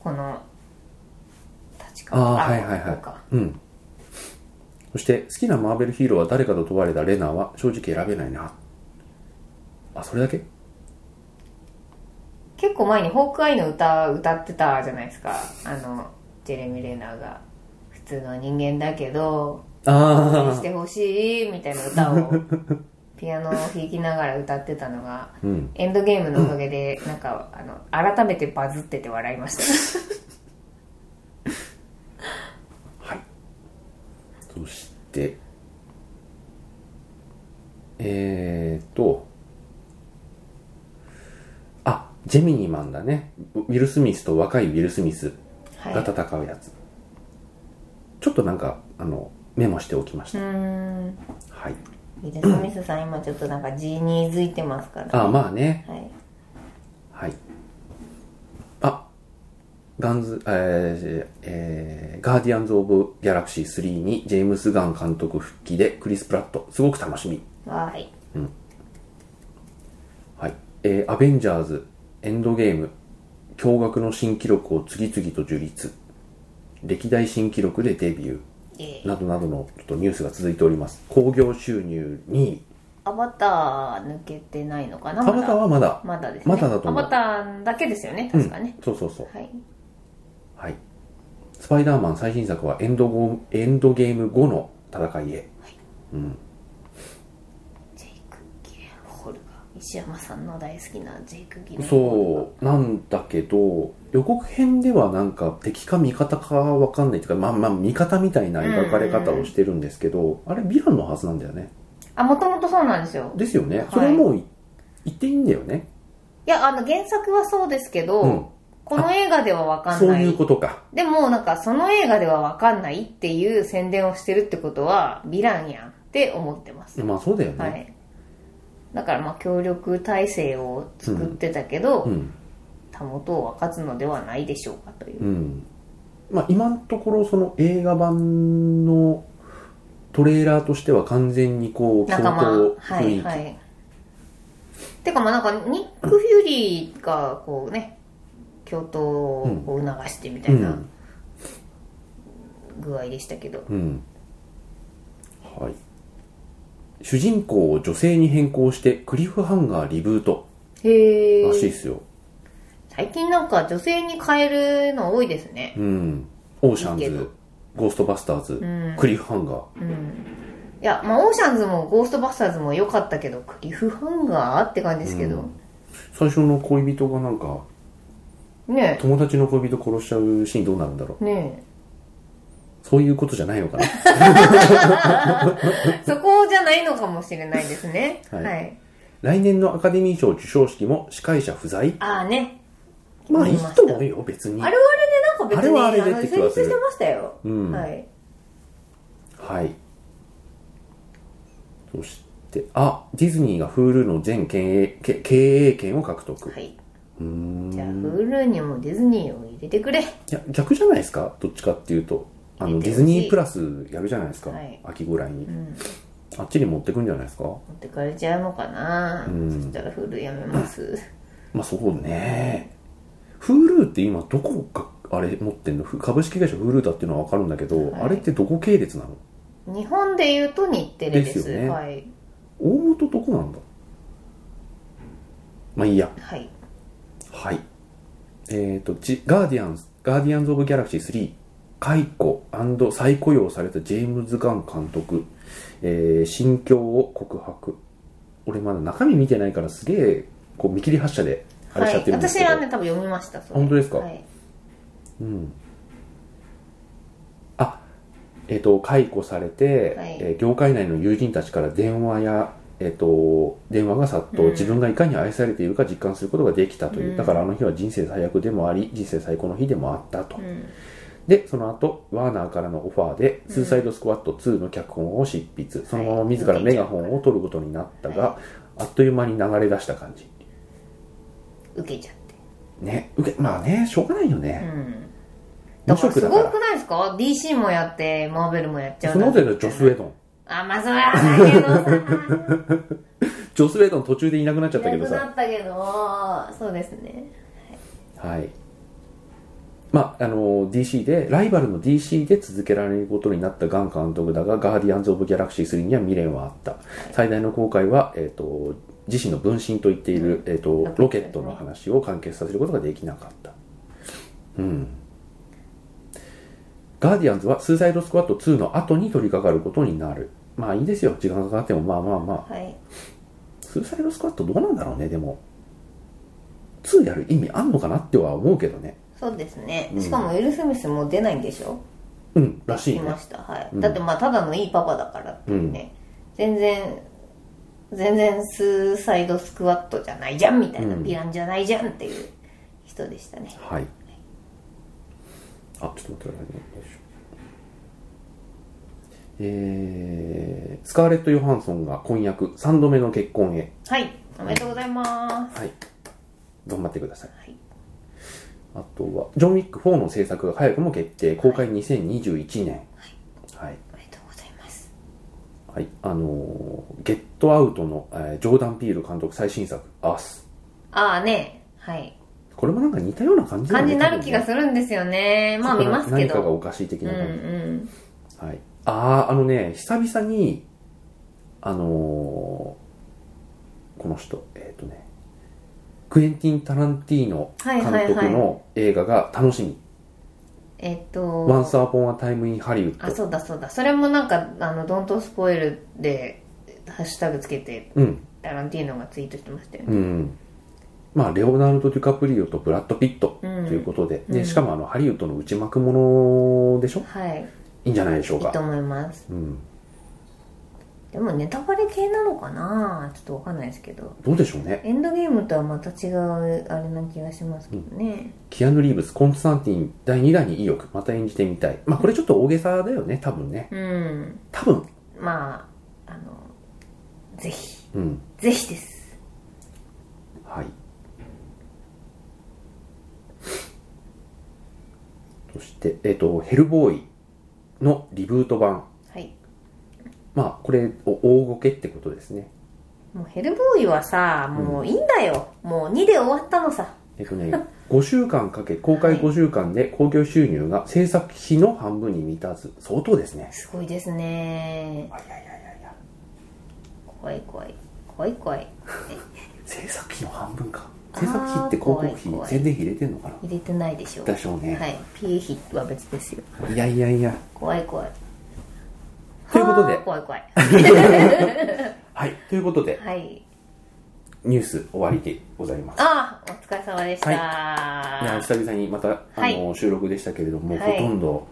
この、立ち
ああ、はい
こ
はいは
うか
い。うん。そして、好きなマーベルヒーローは誰かと問われたレナは正直選べないな。あ、それだけ
結構前にホークアイの歌歌ってたじゃないですか。あの、ジェレミー・レナーが。普通の人間だけど、応援し
ああ、
てほしいみたいな歌をピアノを弾きながら歌ってたのが、
うん。
エンドゲームのおかげで、なんか、あの、改めてバズってて笑いました。
はい。そして、えーと、あ、ジェミニマンだね。ウィル・スミスと若いウィル・スミス (laughs) が
はい。
戦うやつ。ちょっとなんか、あの、メモしておきまし
う
た。
ーん。
はい。
ウィル・スミスさん今ちょっとなんか G に付いてますから、
あ、まあね。
はい、
はい。あ、ガンズ、えーえーガーディアンズ・オブ・ギャラクシー3にジェームス・ガン監督復帰でクリス・プラット、すごく楽しみ。
わーい
はい。えーアベンジャーズ、エンドゲーム、驚愕の新記録を次々と樹立。歴代新記録でデビュ
え
ー。などなどのちょっとニュースが続いております。興行収入2位。
アバター抜けてないのかな
アバターはまだ。
まだですね
まだだと思う
アバターだけですよね確かね、
そうそうそう。
はい
はい。スパイダーマン最新作はエンドゴエンドゲーム後の戦いへ。
ジェイク・ギレンホールが石山さんの大好きなジェイク・ギレンホール
そう、なんだけど、予告編ではなんか敵か味方かわかんないっていうか、まあまあ味方みたいな描かれ方をしてるんですけど、あれヴィランのはずなんだよね。
あもともとそうなんですよ
ですよね。それはもうい言っていいんだよね。
いやあの原作はそうですけど、
うん
この映画ではわかん
そう
ない
いうことか。
でもなんかその映画ではわかんないっていう宣伝をしてるってことはヴィランやんって思ってます
まあそうだよね。
はい、だからまあ協力体制を作ってたけど、
うん。
たもとを分かつのではないでしょうかというう、
ん。まあ今のところその映画版のトレーラーとしては完全にこう、
仲間
共闘
は
雰囲
い
気
はいてかまあなんかニック・フューリーがこうね共闘を促してみたいな具合でしたけど、
うん。はい。主人公を女性に変更してクリフハンガーリブート
へ
らしい
え
ですよ。
最近なんか女性に変えるの多いですね
うん。オーシャン
いいけど
ズ、ゴーストバスターズ、
ん
クリフハンガー。
いやまあオーシャンズもゴーストバスターズも良かったけどクリフハンガーって感じですけど、
最初の恋人がなんか、
ね
友達の恋人殺しちゃうシーンどうなるんだろう。
えね
そういうことじゃないのかな。
(laughs) えそこじゃないのかもしれないですね
は
はいい、
来年のアカデミー賞授賞式も司会者不在
ああね
まあ
思
い
い
い
ました
と思うよ、別に
あ。れはあれでなんか
あ
別に
れはあれでって気
成
はす
立
る
してましたよ、
うん
はい
はい。そして、あ、ディズニーが Hulu の全経営け経営権を獲得。
はいう
ーん
じゃあ Hulu にもディズニーを入れてくれ
いや逆じゃないですかどっちかっていうとあの
見て
デ
ほし
ィ
い
ズニープラスやるじゃないですか、
はい
秋ぐらいに、
ん
あっちに持ってくんじゃないですか
持ってかれちゃうのかな、そしたら Hulu やめます
まあそうね Hulu って今どこがあれ持ってんのふ株式会社 Hulu だっていうのは分かるんだけど、
はい
あれってどこ系列なの
日本で言うと日テレです
ですよね
はい
大元どこなんだまあいいや
はい
はいえっ、とじガーディアンズガーディアンズ・オブ・ギャラクシー3解雇再雇用されたジェームズ・ガン監督、えー心境を告白俺まだ中身見てないからすげえこう見切り発車であれしちゃってるんですけ
私
ど、
はね多分読みましたそれ
本当ですか
はい、
うんあえっ、と解雇されて、
はい
えー業界内の友人たちから電話やえっ、と電話が殺到、
うん
自分がいかに愛されているか実感することができたという、
うん
だからあの日は人生最悪でもあり人生最高の日でもあったと、
うん
で、その後、ワーナーからのオファーで、ツーサイドスクワット2の脚本を執筆、そのまま自らメガホンを取ることになったが、
は
あっという間に流れ出した感じ。
受けちゃって
ね、受け、まあね、しょうがないよね。
うん
無
だから
職
す
だか
ご
ら
く。ないですか DC もやってマーベルもやっちゃう
その後でジョス・ウェドン。
あ、まあそりゃだけどさ、
ジョス・ウェイドン途中でいなくなっちゃったけ
い
ど
なくな
さ。
ったけど、そうですね。
はい。まあ、あの、DC で、ライバルの DC で続けられることになったガン監督だが、ガーディアンズ・オブ・ギャラクシー3には未練はあった。最大の後悔は、えっ、と、自身の分身と言っている、えっ、と、ロケットの話を完結させることができなかった。うん。ガーディアンズはスーサイドスクワット2の後に取り掛かることになる。まあいいですよ。時間かかっても、まあまあまあ。
はい。
スーサイドスクワットどうなんだろうね、でも。2やる意味あんのかなっては思うけどね。
そうですね
う。ん
しかも、ウィル・スミスも出ないんでしょ
うん、らしい
い
ね
ま。した。はい。
うん
だって、まあ、ただのいいパパだからっていうね。全然、全然スーサイドスクワットじゃないじゃんみたいな、
う
ヴ
ん
ィランじゃないじゃんっていう人でしたね。
はい。あ、ちょっと待ってくださいね。よいしょえー、スカーレット・ヨハンソンが婚約3度目の結婚へ。
はい。おめでとうございま
はい。頑張ってください。
す。はい。
あとは、ジョン・ウィック4の制作が早くも決定、公開2021年。はい。はい。
おめでとうございます。
あのーゲットアウトの、えージョーダン・ピール監督最新作、アース。
ああね、はい。
これもなんか似たような感じだよ
感
ね
じになる気が
多
するんですよね。
分ね
まあ見ますけ
何かが
ど。
おかしい的
うん
な
う
感
ん。
じ。はい。ああ、あのね、久々に、あのーこの人、えっ、とね、クエンティン・タランティーノ監督の映画が楽しみ。
えっと。
ワンサーポン・ア・タイム・イン・ハリウッド
あ、。そうだそうだ。それもなんか、あの、ドントスポイルで、ハッシュタグつけて、
うん。
タランティーノがツイートしてましたよね。
うんまあ、レオナルド・デュカプリオとブラッド・ピットと
うん
いうことで,、
う
で
ん
しかもあのハリウッドの内幕ものでしょ
はい。
いいんじゃないでしょう
いいと
か、
思います。
うん、
でもネタバレ系なのかなちょっとわかんないですけど。
どうでしょうね
エンドゲームとはまた違う、あれな気がしますけどね。
キアヌ・リーブスコンスタンティン第2弾に意欲また演じてみたいまあこれちょっと大げさだよね多分ね
うん。
多分
まあ、あの、ぜひ、
うん
ぜひです。
はいそして、えっとヘルボーイのリブート版
はい。
まあこれお大ごけってことですね
もうヘルボーイはさ、もういいんだよ。もう2で終わったのさ。
えっと
(laughs)
ね、5週間かけ、公開
はい
5週間で興行収入が制作費の半分に満たず、相当ですね。
すごいですね。
いやいやいやいや、
怖い怖い。怖い怖い。
制作費の半分か。
あー
制作費って広告費、
怖い怖い
宣伝費入れてんのかな
入れてないでしょ
でしょうね
はい。ピーヒは別ですよ。
いやいやいや。
怖い怖い。
ということで
はあ怖い怖い。
はい、ということで、
はい。
ニュース終わりでございます。
ああ、お疲れ様でした。
いや、久々にまた、あの、収録でしたけれども、
はい
ほとんど、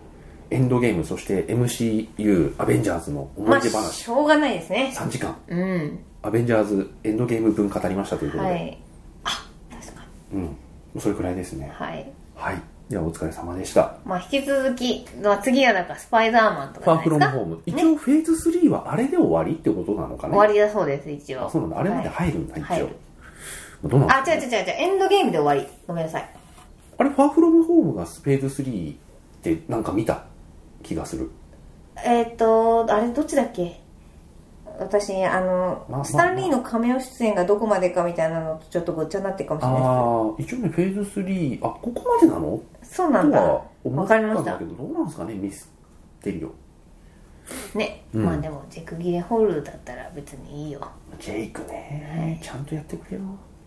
エンドゲーム、そして MCU、アベンジャーズの思
ま
い
あ、
出
し
話、
ょうがないですね。
3時間、
うん。
アベンジャーズエンドゲーム分語りましたということで、
はい。あ、確かに。
うん、それくらいですね。
はい。
はい。では、お疲れ様でした。
まあ、引き続き、まあ次はだからスパイダーマンとかじ
フ
ゃ
ァーフロム
ないですか。
ホーム。一応フェーズ3はあれで終わりってことなのか
終
な
わりだそうです、一応。
あそうなんだ。あれまで
はい
入るんだ、一
入
応
る。
どうなんだ
あ、違う違う違う違う。エンドゲームで終わり。ごめんなさい。
あれ、ファーフロムホームがスペース3ってなんか見た気がする。
えっ、と、あれ、どっちだっけ私、あの、
まあまあ
スタンリーの仮面出演がどこまでかみたいなのとちょっとごっちゃになってるかもし
あ
れないで
あ、一応ね、フェーズ3、あ、ここまでなの
す。そうな
と
んだ
は。思
わ
っ
か
た
りま
ん
し
だ
た
け。ど、どうなんですかね、ミステリオ。
ね。
うん
まあでも、ジェクギレホールだったら別にいいよ。
ジェイクね、ちゃんとやってくれよ。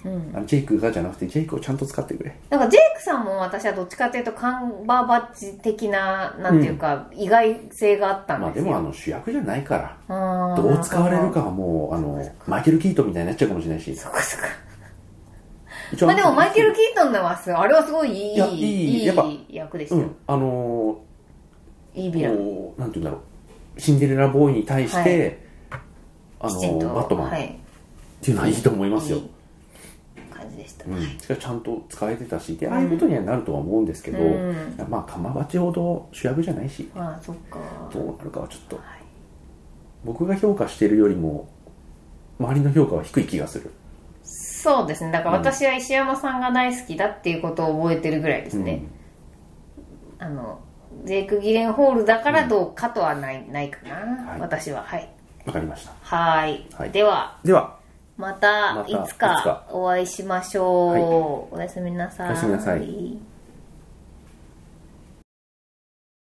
うん。
あのジェイクがじゃなくて、ジェイクをちゃんと使ってくれ。
なんか、ジェイクさんも私はどっちかというと、カンバーバッチ的な、なんていうか、意外性があった
まあ
んで
ですも、あ
よ。
の、主役じゃないから。
あー
どう使われるかはもう、あの、マイケル・キートンみたいになっちゃうかもしれないし。
そっかそっか。
一応
まあでも、マイケル・キートンのはす、あれはすごいい
いや
い、
いい
い
やっぱ
い役でした
う
よ
ん。、あの
いいヴィラ
ー、
ン。
こう、なんて言うんだろう、シンデレラボーイに対して、あ
き
の
ちんと。
ー、バットマン
は
っ
い。
ていうのはいいと思いますよ。
いい感じでした、
うん、しかもちゃんと使えてたし、で、ああいうことにはなるとは思うんですけど、
うん
まあ、かまばちほど主役じゃないし、
まあそっか
どうなるかはちょっと、
い
僕が評価してるよりも、周りの評価は低い気がする。
そうですねだから私は石山さんが大好きだっていうことを覚えてるぐらいですね、あのジェイク・ギレンホールだからどうかとはない,、ないかな、
はい
私ははい
わかりました。
はい
はい
では
では、
ま
ま
た
た
いつ
いつか
かお会いしましょう、おやすみなさ
おやすみなさい
い